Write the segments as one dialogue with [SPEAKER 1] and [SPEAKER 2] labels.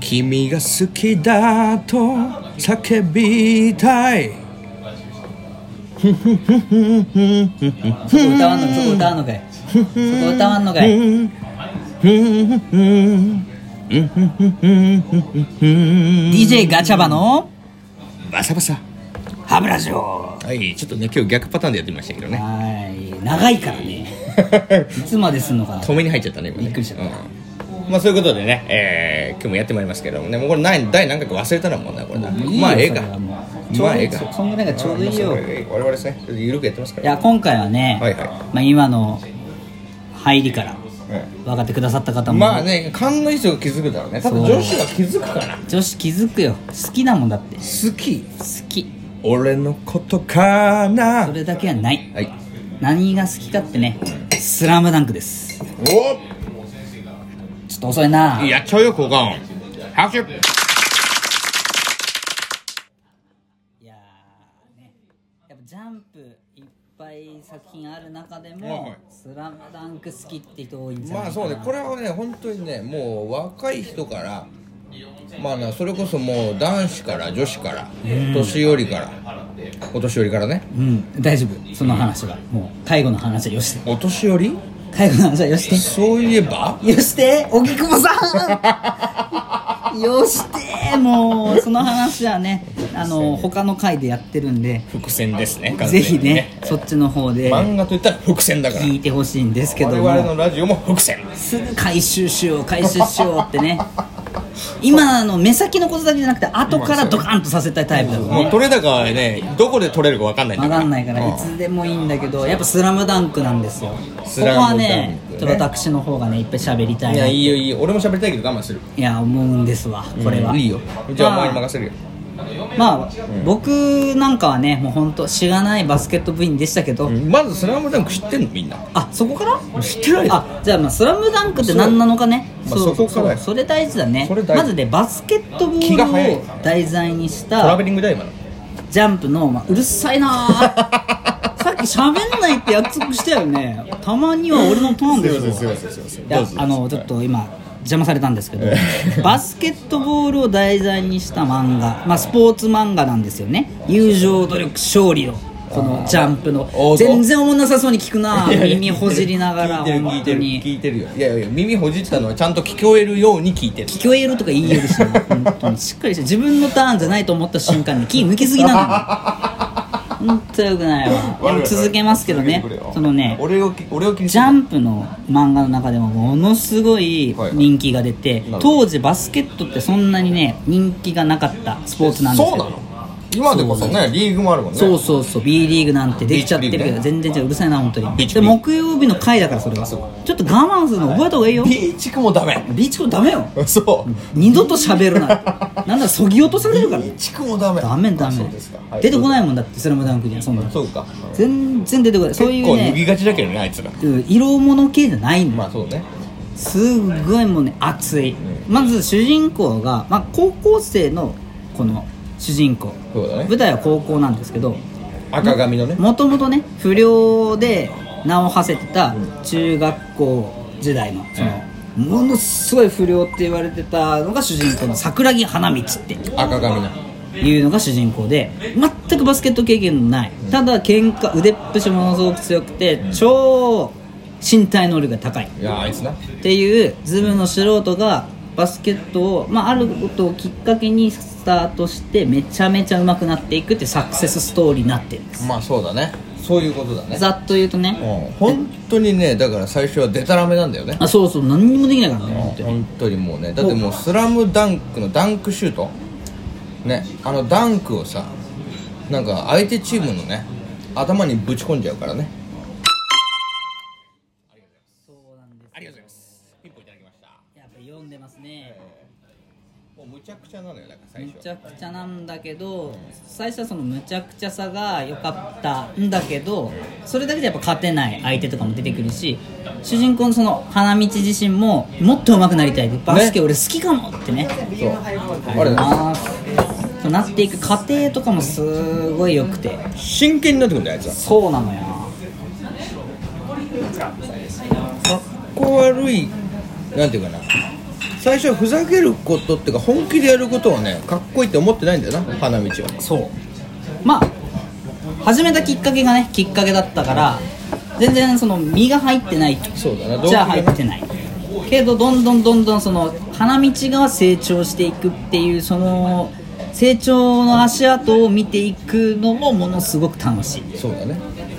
[SPEAKER 1] 君が好きだと叫びたい
[SPEAKER 2] そこ歌わんのそこ歌わんのかいそこ歌わんのかい
[SPEAKER 1] バ
[SPEAKER 2] DJ ガチャバの
[SPEAKER 1] サバサ
[SPEAKER 2] 歯ブラシを
[SPEAKER 1] はいちょっとね今日逆パターンでやってみましたけど ね
[SPEAKER 2] はい長いからねいつまですんのかな
[SPEAKER 1] 止めに入っちゃったね今ね
[SPEAKER 2] びっくりしちゃった
[SPEAKER 1] うんまあそういうことでね、えー今日もやってまいりますけどもねもうこれ何第何回か忘れたらもうねこれな
[SPEAKER 2] もういいよ
[SPEAKER 1] まあええか
[SPEAKER 2] それはもう
[SPEAKER 1] まあええ
[SPEAKER 2] ちょうど
[SPEAKER 1] か
[SPEAKER 2] そんぐらいがちょうどいいよ
[SPEAKER 1] まあそれが我々ですねちょっと緩くやってますか
[SPEAKER 2] い
[SPEAKER 1] ら
[SPEAKER 2] や今回はね、
[SPEAKER 1] はいはい
[SPEAKER 2] まあ、今の入りから
[SPEAKER 1] え
[SPEAKER 2] 分かってくださった方
[SPEAKER 1] え
[SPEAKER 2] も、
[SPEAKER 1] まあね勘のいい人が気づくだろうね多分
[SPEAKER 2] そう
[SPEAKER 1] 女子が気づくかな
[SPEAKER 2] 女子気づくよ好きなもんだって好
[SPEAKER 1] 好き
[SPEAKER 2] き
[SPEAKER 1] 俺のことかな
[SPEAKER 2] それだけはない、
[SPEAKER 1] はい
[SPEAKER 2] 何が好きかってね「スラムダンクですちょっと遅いな
[SPEAKER 1] おやっちゃうよ効果音拍手
[SPEAKER 2] いやーねやっぱジャンプいっぱい作品ある中で
[SPEAKER 1] はい
[SPEAKER 2] も
[SPEAKER 1] はい
[SPEAKER 2] 「スラムダンク好きって人多いんじゃな
[SPEAKER 1] ま
[SPEAKER 2] い
[SPEAKER 1] あ
[SPEAKER 2] か
[SPEAKER 1] そ
[SPEAKER 2] な
[SPEAKER 1] うねこれはね本当にねもう若い人からまあなそれこそもう男子から女子から年寄りからお年寄りからね
[SPEAKER 2] うん大丈夫その話はもう介護の話はよして
[SPEAKER 1] お年寄り
[SPEAKER 2] 介護の話はよして
[SPEAKER 1] そういえば
[SPEAKER 2] よして荻窪さん よしてもうその話はねあの他の回でやってるんで
[SPEAKER 1] 伏線ですね
[SPEAKER 2] ぜひねそっちの方で
[SPEAKER 1] 漫画といったら伏線だから
[SPEAKER 2] 聞いてほしいんですけど
[SPEAKER 1] 我
[SPEAKER 2] も
[SPEAKER 1] 々のラジオも伏線
[SPEAKER 2] すぐ回収しよう回収しようってね今の目先のことだけじゃなくて後からドカンとさせたいタイプだもん
[SPEAKER 1] もう
[SPEAKER 2] ね
[SPEAKER 1] 取れ高はねどこで取れるか分かんないんだ
[SPEAKER 2] 分
[SPEAKER 1] から
[SPEAKER 2] かんないからいつでもいいんだけどやっぱ「スラムダンクなんですよこ
[SPEAKER 1] ス
[SPEAKER 2] こ
[SPEAKER 1] ラムダ
[SPEAKER 2] は
[SPEAKER 1] ンク
[SPEAKER 2] ね
[SPEAKER 1] ね
[SPEAKER 2] ちょっと私の方がねいっぱい喋りたい
[SPEAKER 1] い
[SPEAKER 2] な
[SPEAKER 1] や
[SPEAKER 2] っ
[SPEAKER 1] い
[SPEAKER 2] て
[SPEAKER 1] いよいいよ俺も喋りたいけど我慢する
[SPEAKER 2] いや思うんですわこれは、
[SPEAKER 1] うんいいよじゃあお前に任せるよ
[SPEAKER 2] まあ、僕なんかはねもう本当しがないバスケット部員でしたけど、
[SPEAKER 1] うんまず「スラムダンク知ってんのみんな
[SPEAKER 2] あそこから
[SPEAKER 1] 知ってないよ
[SPEAKER 2] あじゃあ、まあ「スラムダンクって何なのかね
[SPEAKER 1] そうまあそこから
[SPEAKER 2] そうそれ大事だね
[SPEAKER 1] それ大事
[SPEAKER 2] まずねバスケットボ
[SPEAKER 1] 気が早
[SPEAKER 2] ー
[SPEAKER 1] い
[SPEAKER 2] ルを題材にし
[SPEAKER 1] トラ
[SPEAKER 2] た
[SPEAKER 1] ベリングだよ今の
[SPEAKER 2] ジャンプの、まあ、うるさいなーさっき喋んないって約束したよねたまには俺のトーンでしょ
[SPEAKER 1] いませんすいません
[SPEAKER 2] いやあのちょっと今邪魔されたんですけどバスケットボールを題材にした漫画、まあ、スポーツ漫画なんですよね友情努力勝利のこのジャンプの
[SPEAKER 1] 王道
[SPEAKER 2] 全然おもんなさそうに聞くな耳ほじりながら
[SPEAKER 1] 聞いてる聞
[SPEAKER 2] 本
[SPEAKER 1] い
[SPEAKER 2] 当
[SPEAKER 1] てる
[SPEAKER 2] に
[SPEAKER 1] 聞いてるよいやいや耳ほじったのはちゃんと聞こえるように聞いてる
[SPEAKER 2] 聞こえるとか言いよるしね本当にしっかりして自分のターンじゃないと思った瞬間に気抜きすぎなのよ本当よくないわでも続けますけどね
[SPEAKER 1] 続けてくれよ
[SPEAKER 2] そのね
[SPEAKER 1] 俺をき俺を気にす
[SPEAKER 2] ジ
[SPEAKER 1] る
[SPEAKER 2] ャンプの漫画の中でもものすごい
[SPEAKER 1] はいはい
[SPEAKER 2] 人気が出て
[SPEAKER 1] ほど
[SPEAKER 2] 当時バスケットってそんなにね人気がなかったスポーツなんです
[SPEAKER 1] そう
[SPEAKER 2] けど
[SPEAKER 1] なの今でこそねリーグもあるもんね
[SPEAKER 2] そうそうそう B リーグなんてできちゃってるけ
[SPEAKER 1] B リー
[SPEAKER 2] ど
[SPEAKER 1] グね
[SPEAKER 2] 全然じゃうるさいな本当
[SPEAKER 1] ビー
[SPEAKER 2] に
[SPEAKER 1] チ
[SPEAKER 2] で
[SPEAKER 1] リーグ
[SPEAKER 2] 木曜日の回だからそれはちょっと我慢するの覚えた方がいいよ
[SPEAKER 1] ピーチクもダメ
[SPEAKER 2] ビーチコダメよ
[SPEAKER 1] そう
[SPEAKER 2] 二度と喋るなってなんだらそぎ落とされるから
[SPEAKER 1] ピーチクもダメ
[SPEAKER 2] ダメダ
[SPEAKER 1] あそ
[SPEAKER 2] メ
[SPEAKER 1] うですかはい
[SPEAKER 2] 出てこないもんだってスラムダンクにはそんなの
[SPEAKER 1] そうか
[SPEAKER 2] 全然出てこないそうい
[SPEAKER 1] 結構
[SPEAKER 2] う
[SPEAKER 1] 脱ぎ
[SPEAKER 2] ね
[SPEAKER 1] がちだけどねあいつら
[SPEAKER 2] うん色物系じゃないんだ
[SPEAKER 1] まあそうね
[SPEAKER 2] すっごいもうね熱いまず主人公が、まあ、高校生のこの主人公
[SPEAKER 1] そうだね
[SPEAKER 2] 舞台は高校なんですけど
[SPEAKER 1] 赤髪のね
[SPEAKER 2] もともとね不良で名を馳せてた中学校時代のその、ものすごい不良って言われてたのが主人公の桜木花道って
[SPEAKER 1] 赤髪の
[SPEAKER 2] いうのが主人公で全くバスケット経験のないただ喧嘩腕っぷしものすごく強くて超身体能力が高い
[SPEAKER 1] いやあいつな
[SPEAKER 2] っていうズムの素人がバスケットを、まあ、あることをきっかけにスタートしてめちゃめちゃ上手くなっていくっていうサクセスストーリーになってるんです
[SPEAKER 1] まあそうだねそういうことだね
[SPEAKER 2] ざっと言うとね
[SPEAKER 1] うん本当にねだから最初はデタラメなんだよね
[SPEAKER 2] あそうそう何にもできないからね本当に
[SPEAKER 1] 本当にもうねだってもう「スラムダンクのダンクシュートねあのダンクをさなんか相手チームのね頭にぶち込んじゃうからねありがとうございますピンポンいただきました
[SPEAKER 2] やっぱ読んでますね
[SPEAKER 1] もうむちゃくちゃなのよだから最
[SPEAKER 2] む
[SPEAKER 1] 初
[SPEAKER 2] ちゃくちゃなんだけど最初はそのむちゃくちゃさが良かったんだけどそれだけじゃやっぱ勝てない相手とかも出てくるし主人公のその花道自身ももっと上手くなりたいバスケ俺好きかもってね
[SPEAKER 1] そうあれだ
[SPEAKER 2] ますなっていく過程とかもすごい良くて
[SPEAKER 1] 真剣になってくるんだよあいつは
[SPEAKER 2] そうなのよ
[SPEAKER 1] かっこ悪いなんていうかな最初はふざけることっていうか本気でやることはねかっこいいって思ってないんだよな花道は
[SPEAKER 2] そうまあ始めたきっかけがねきっかけだったから全然その身が入ってない
[SPEAKER 1] そうだな動機
[SPEAKER 2] じゃ
[SPEAKER 1] が
[SPEAKER 2] あ入ってないけどどんどんどんどんその花道が成長していくっていうその成長の足跡を見ていくのもものすごく楽しい
[SPEAKER 1] そうだね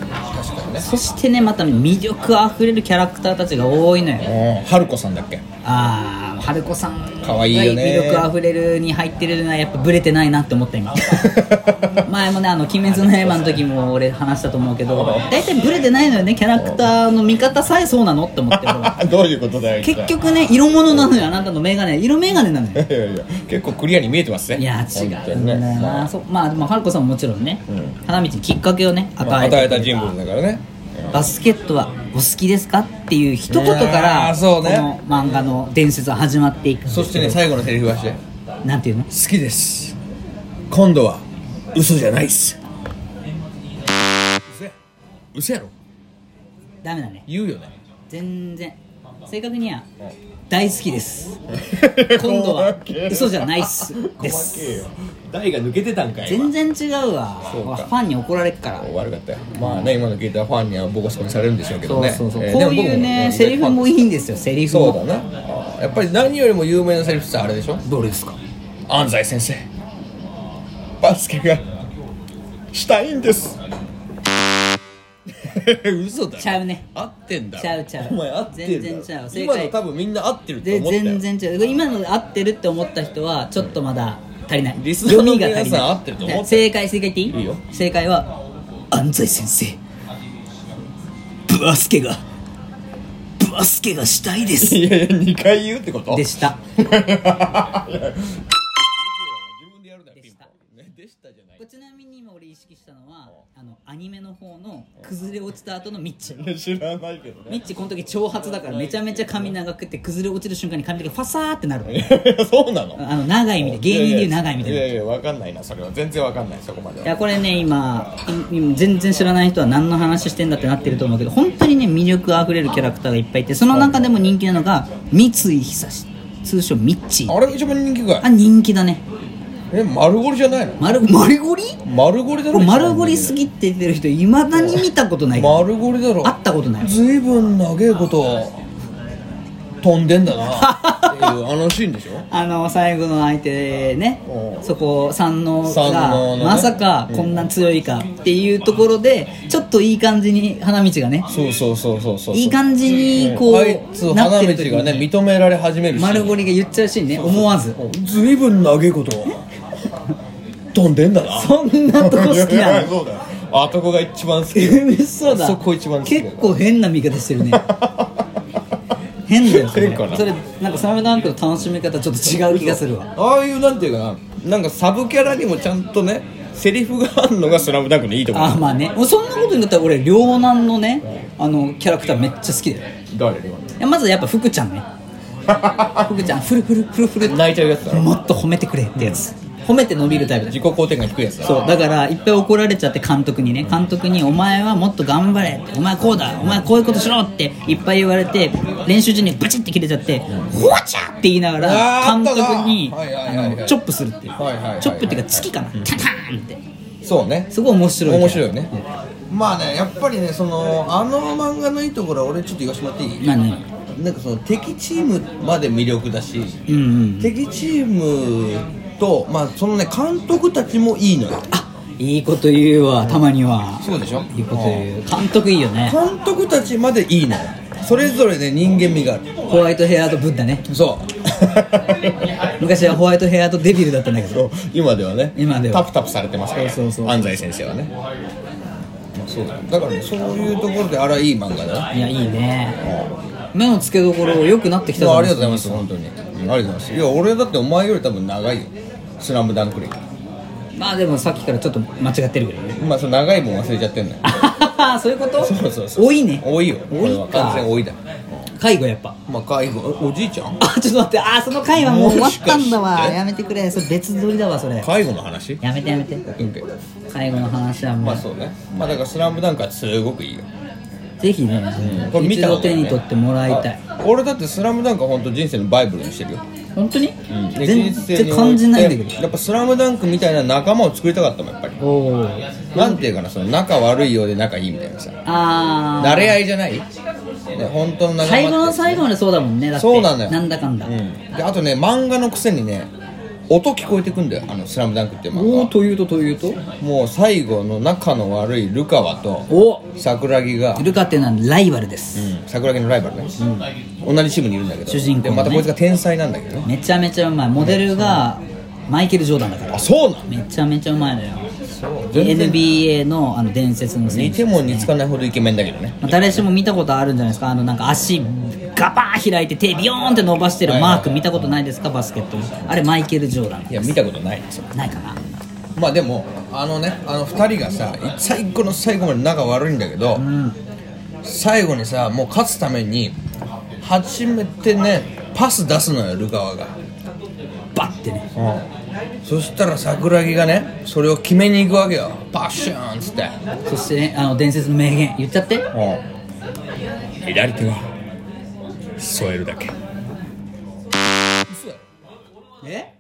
[SPEAKER 1] 確かにね
[SPEAKER 2] そしてねまた魅力あふれるキャラクターたちが多いのよ
[SPEAKER 1] ああ春子さんだっけ
[SPEAKER 2] ああ春子さん
[SPEAKER 1] 可愛いよね
[SPEAKER 2] 魅力あふれるに入ってるのはやっぱブレてないなって思った 今前もね「あの鬼滅の刃」の時も俺話したと思うけど大体ブレてないのよねキャラクターの見方さえそうなのって思って俺は
[SPEAKER 1] どういうことだよ
[SPEAKER 2] 結局ね色物なのよあなたの眼鏡色眼鏡なのよ
[SPEAKER 1] いやいや結構クリアに見えてますね
[SPEAKER 2] いや違
[SPEAKER 1] 本当
[SPEAKER 2] う
[SPEAKER 1] に
[SPEAKER 2] んだよ
[SPEAKER 1] ね
[SPEAKER 2] な、そうまあでも春子さんももちろんね、
[SPEAKER 1] うん
[SPEAKER 2] 花道にきっかけをね
[SPEAKER 1] まあ
[SPEAKER 2] 与えて
[SPEAKER 1] 与え
[SPEAKER 2] くれ
[SPEAKER 1] た人物だからね
[SPEAKER 2] バスケットはお好きですかっていう一言か
[SPEAKER 1] いやー
[SPEAKER 2] ら
[SPEAKER 1] そうね
[SPEAKER 2] この漫画の伝説は始まっていく
[SPEAKER 1] そしてね最後のセリフはして「
[SPEAKER 2] なんていうの
[SPEAKER 1] 好きです今度は嘘じゃないっす」嘘や嘘やろ
[SPEAKER 2] ダメだね
[SPEAKER 1] 言うよね
[SPEAKER 2] 全然正確には大好きです 今度は嘘じゃないっすです
[SPEAKER 3] 台が抜けてたんかい
[SPEAKER 2] 全然違うわ
[SPEAKER 1] そうか
[SPEAKER 2] ファンに怒られっから
[SPEAKER 1] 悪かったよまあね今の聞いたファンにはボコスコにされるんでしょうけど
[SPEAKER 2] そう
[SPEAKER 1] ね
[SPEAKER 2] そうそう、
[SPEAKER 1] えー
[SPEAKER 2] こう
[SPEAKER 1] でも
[SPEAKER 2] い
[SPEAKER 1] 僕
[SPEAKER 2] う
[SPEAKER 1] も
[SPEAKER 2] ね
[SPEAKER 1] ね
[SPEAKER 2] セリフもいいんですよセリフも
[SPEAKER 1] そうだなあーやっぱり何よりも有名なセリフってあれでしょ
[SPEAKER 2] どれですか
[SPEAKER 1] 安西先生バスケがしたいんです 嘘だ
[SPEAKER 2] ちゃうね
[SPEAKER 1] 合ってんだ
[SPEAKER 2] ちゃうちゃう
[SPEAKER 1] お前合ってんだ
[SPEAKER 2] 全然ちゃう正
[SPEAKER 1] 今
[SPEAKER 2] 解
[SPEAKER 1] の多分みんな合ってるって
[SPEAKER 2] で
[SPEAKER 1] 思ったよ
[SPEAKER 2] 全然違う今の合ってるって思った人はちょっとまだ足りない
[SPEAKER 1] リスナーの
[SPEAKER 2] 読みが足りな
[SPEAKER 1] 皆さ
[SPEAKER 2] い
[SPEAKER 1] ん合ってると思ってる
[SPEAKER 2] 正解正解ってい
[SPEAKER 1] い
[SPEAKER 2] い
[SPEAKER 1] いよ
[SPEAKER 2] 正解は安西先生バスケがバスケがした いです
[SPEAKER 1] いやいや2回言うってこと
[SPEAKER 2] でした
[SPEAKER 1] 自分でやるなピンポンねでしたじゃない
[SPEAKER 2] ちなみに今俺意識したのはあのアニメの方の崩れ落ちた後のミッチ
[SPEAKER 1] 知らないけどね
[SPEAKER 2] ミッチこの時長髪だからめちゃめちゃ髪長くて崩れ落ちる瞬間に髪の毛がファサーってなる
[SPEAKER 1] そうなの
[SPEAKER 2] あの長いみたい芸人でいう長いみたい
[SPEAKER 1] い
[SPEAKER 2] な
[SPEAKER 1] やいやわかんないなそれは全然わかんないそこまではい
[SPEAKER 2] やこれね今い今全然知らない人は何の話してんだってなってると思うけど本当にね魅力あふれるキャラクターがいっぱいいてその中でも人気なのが三井久志通称ミッチー
[SPEAKER 1] あれが一番人気か
[SPEAKER 2] あ
[SPEAKER 1] い
[SPEAKER 2] 人気だね
[SPEAKER 1] え丸ゴリじゃないの
[SPEAKER 2] 丸丸ゴリ
[SPEAKER 1] 丸ゴリだ
[SPEAKER 2] こ
[SPEAKER 1] ろ
[SPEAKER 2] れ丸ゴリす
[SPEAKER 1] ぎ
[SPEAKER 2] ぎって言ってる人いまだに見たことない
[SPEAKER 1] 丸ゴリだろ
[SPEAKER 2] 会ったことない
[SPEAKER 1] ずいぶん長えこと飛んでんだなっていうあのシーンでしょ
[SPEAKER 2] あの最後の相手ね
[SPEAKER 1] うん
[SPEAKER 2] そこ三能
[SPEAKER 1] 山王の
[SPEAKER 2] が
[SPEAKER 1] ね
[SPEAKER 2] まさかこんな強いかっていうところでちょっといい感じに花道がね
[SPEAKER 1] そうそうそうそうそう
[SPEAKER 2] いい感じにこ
[SPEAKER 1] あいつ
[SPEAKER 2] うな
[SPEAKER 1] 花
[SPEAKER 2] って
[SPEAKER 1] 道
[SPEAKER 2] る時
[SPEAKER 1] がね
[SPEAKER 2] に
[SPEAKER 1] 認められ始めるし
[SPEAKER 2] 丸ゴリが言っちゃうシーンね思 わず
[SPEAKER 1] ずいぶん長えこと飛んでんだな
[SPEAKER 2] そんなとこ好きなの
[SPEAKER 1] そうだよあとこが一番好き
[SPEAKER 2] 嘘だ
[SPEAKER 1] そこ一番好きだよ
[SPEAKER 2] 結構変な見方し てるね変だよそれ
[SPEAKER 1] 変かな
[SPEAKER 2] それなんか「サムダンク」の楽しみ方ちょっと違う気がするわ
[SPEAKER 1] ああいうなんていうかななんかサブキャラにもちゃんとねセリフがあるのが「スラムダンクのいいところ
[SPEAKER 2] あまあねもうそんなことになったら俺両男のねあのキャラクターめっちゃ好きだよ
[SPEAKER 1] 誰
[SPEAKER 2] いやまずやっぱ福ちゃ んね福ちゃんフルフルフルフルって
[SPEAKER 1] 泣いちゃうやつだろ
[SPEAKER 2] もっと褒めてくれってやつ褒めて伸びるタイプだ
[SPEAKER 1] 自己肯定感低いやつだろ
[SPEAKER 2] そうだからいっぱい怒られちゃって監督にね監督に「お前はもっと頑張れ」って「お前こうだお前こういうことしろ」っていっぱい言われて練習中にブチって切れちゃって「ほわちゃ!」って言いながら
[SPEAKER 1] あー
[SPEAKER 2] 監督に
[SPEAKER 1] あったな
[SPEAKER 2] あ
[SPEAKER 1] はいはいはいはい
[SPEAKER 2] のチョップするっていう
[SPEAKER 1] はいはいはいはい
[SPEAKER 2] チョップっていうか突きかなタターンって
[SPEAKER 1] そうね
[SPEAKER 2] すごい面白い
[SPEAKER 1] 面白いよねまあねやっぱりねそのあの漫画のいいところは俺ちょっと言わせてもらっていい
[SPEAKER 2] まあね
[SPEAKER 1] なんかその敵チームまで魅力だし
[SPEAKER 2] うんうん
[SPEAKER 1] 敵チームとまあそのね監督たちもいいのよ
[SPEAKER 2] あいいこと言うわたまには
[SPEAKER 1] そうでしょ
[SPEAKER 2] いいこと言う監督いいよね
[SPEAKER 1] 監督たちまでいいのよそれぞれね人間味がある
[SPEAKER 2] ホワイトヘアとブッダね
[SPEAKER 1] そう
[SPEAKER 2] 昔はホワイトヘアとデビルだったんだけど
[SPEAKER 1] 今ではね
[SPEAKER 2] 今では
[SPEAKER 1] タプタプされてますから
[SPEAKER 2] そうそうそう
[SPEAKER 1] 安西先生はねそうだだからねそういうところであらいい漫画だない
[SPEAKER 2] やいいね目の付けどころ良くなってきた
[SPEAKER 1] いやありがとうござい
[SPEAKER 2] ま
[SPEAKER 1] ます本当に、うんありがとうございますいや俺だってお前より多分長いよスラムダンク歴
[SPEAKER 2] すまあでもさっきからちょっと間違ってるけどね
[SPEAKER 1] まあその長いもん忘れちゃってんのよ
[SPEAKER 2] そういうこ と
[SPEAKER 1] そうそうそう
[SPEAKER 2] 多いね
[SPEAKER 1] 多いよ
[SPEAKER 2] 多い
[SPEAKER 1] これは
[SPEAKER 2] か
[SPEAKER 1] 完全多いだ
[SPEAKER 2] 介護やっぱ
[SPEAKER 1] まあ介護おじいちゃん
[SPEAKER 2] あちょっと待ってあーその会話もう終わったんだ
[SPEAKER 1] もしか
[SPEAKER 2] わ
[SPEAKER 1] して
[SPEAKER 2] やめてくれそれ別撮りだわそれ
[SPEAKER 1] 介護の話
[SPEAKER 2] やめてやめて
[SPEAKER 1] うんけ
[SPEAKER 2] 介護の話はも
[SPEAKER 1] ま
[SPEAKER 2] う
[SPEAKER 1] あそうねまあだからスラムダンクはすごくいいよ
[SPEAKER 2] ぜひね、
[SPEAKER 1] これ見
[SPEAKER 2] 一
[SPEAKER 1] た
[SPEAKER 2] 度
[SPEAKER 1] 方がい
[SPEAKER 2] 手
[SPEAKER 1] いね
[SPEAKER 2] に取ってもらいたい
[SPEAKER 1] 俺だって「スラムダンクは本当人生のバイブルにしてるよ、
[SPEAKER 2] 本当
[SPEAKER 1] う
[SPEAKER 2] に、
[SPEAKER 1] ん
[SPEAKER 2] 全然感じないんだけど
[SPEAKER 1] やっぱ「スラムダンクみたいな仲間を作りたかったもんやっぱり
[SPEAKER 2] おお
[SPEAKER 1] なんていうかなその仲悪いようで仲いいみたいなさ
[SPEAKER 2] あ
[SPEAKER 1] 慣れ合いじゃない、ね、本当の仲間って
[SPEAKER 2] 最後の最後までそうだもんねだって
[SPEAKER 1] そうなのよ
[SPEAKER 2] なんだかんだ、
[SPEAKER 1] うん、であとね漫画のくせにね音聞こえてくんだよ「あのスラムダンクっていう漫画
[SPEAKER 2] おお
[SPEAKER 1] は
[SPEAKER 2] というとというと
[SPEAKER 1] もう最後の仲の悪いルカワと
[SPEAKER 2] お
[SPEAKER 1] 桜木が、
[SPEAKER 2] ルカっていうのはライバルです、
[SPEAKER 1] うん、桜木のライバルね、同じチームにいるんだけど
[SPEAKER 2] 主人公のね
[SPEAKER 1] でまたこいつが天才なんだけどね
[SPEAKER 2] めちゃめちゃうまいモデルがマイケル・ジョーダンだから
[SPEAKER 1] あそうなの
[SPEAKER 2] めちゃめちゃうまいのよ
[SPEAKER 1] 全然
[SPEAKER 2] NBA のあの伝説の選
[SPEAKER 1] 似
[SPEAKER 2] 手
[SPEAKER 1] ても似つかないほどイケメンだけどね
[SPEAKER 2] まあ誰しも見たことあるんじゃないですかあのなんか足ガバーン開いて手ビヨーンって伸ばしてるマーク見たことないですかバスケットのあれマイケル・ジョーダン
[SPEAKER 1] いや見たことないですよ
[SPEAKER 2] ないかな
[SPEAKER 1] まあでもあのねあの2人がさ最後の最後まで仲悪いんだけど、最後にさもう勝つために初めてねパス出すのよルカワが、
[SPEAKER 2] バッてね
[SPEAKER 1] そしたら桜木がねそれを決めに行くわけよパッシューンっつって、
[SPEAKER 2] そしてねあの伝説の名言言っちゃって
[SPEAKER 1] 左手は添えるだけ
[SPEAKER 2] え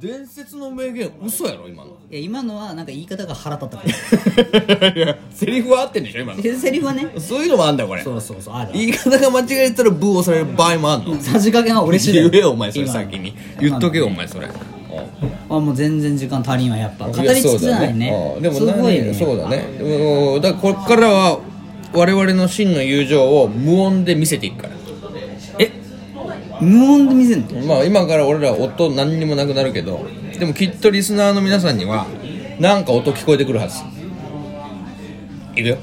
[SPEAKER 1] 伝説の名言嘘やろ今の
[SPEAKER 2] いや今のはなんか言い方が腹立ったから
[SPEAKER 1] いやセリフは合ってんでしょ今の
[SPEAKER 2] セリフはね
[SPEAKER 1] そういうのもあんだよこれ
[SPEAKER 2] そうそうそうある
[SPEAKER 1] 言い方が間違えたらブーをされる場合もあんの
[SPEAKER 2] さじ加減は嬉しいだ
[SPEAKER 1] 言えよお前それ
[SPEAKER 2] 今
[SPEAKER 1] 先に言っとけよお前それ
[SPEAKER 2] あもう全然時間足りんわやっぱ語り尽くせないね
[SPEAKER 1] うんでも
[SPEAKER 2] すごいね
[SPEAKER 1] 何そうだねうんだからこっからは我々の真の友情を無音で見せていくから
[SPEAKER 2] え無音で見せんの
[SPEAKER 1] まあ今から俺ら音何にもなくなるけどでもきっとリスナーの皆さんにはなんか音聞こえてくるはずいくよ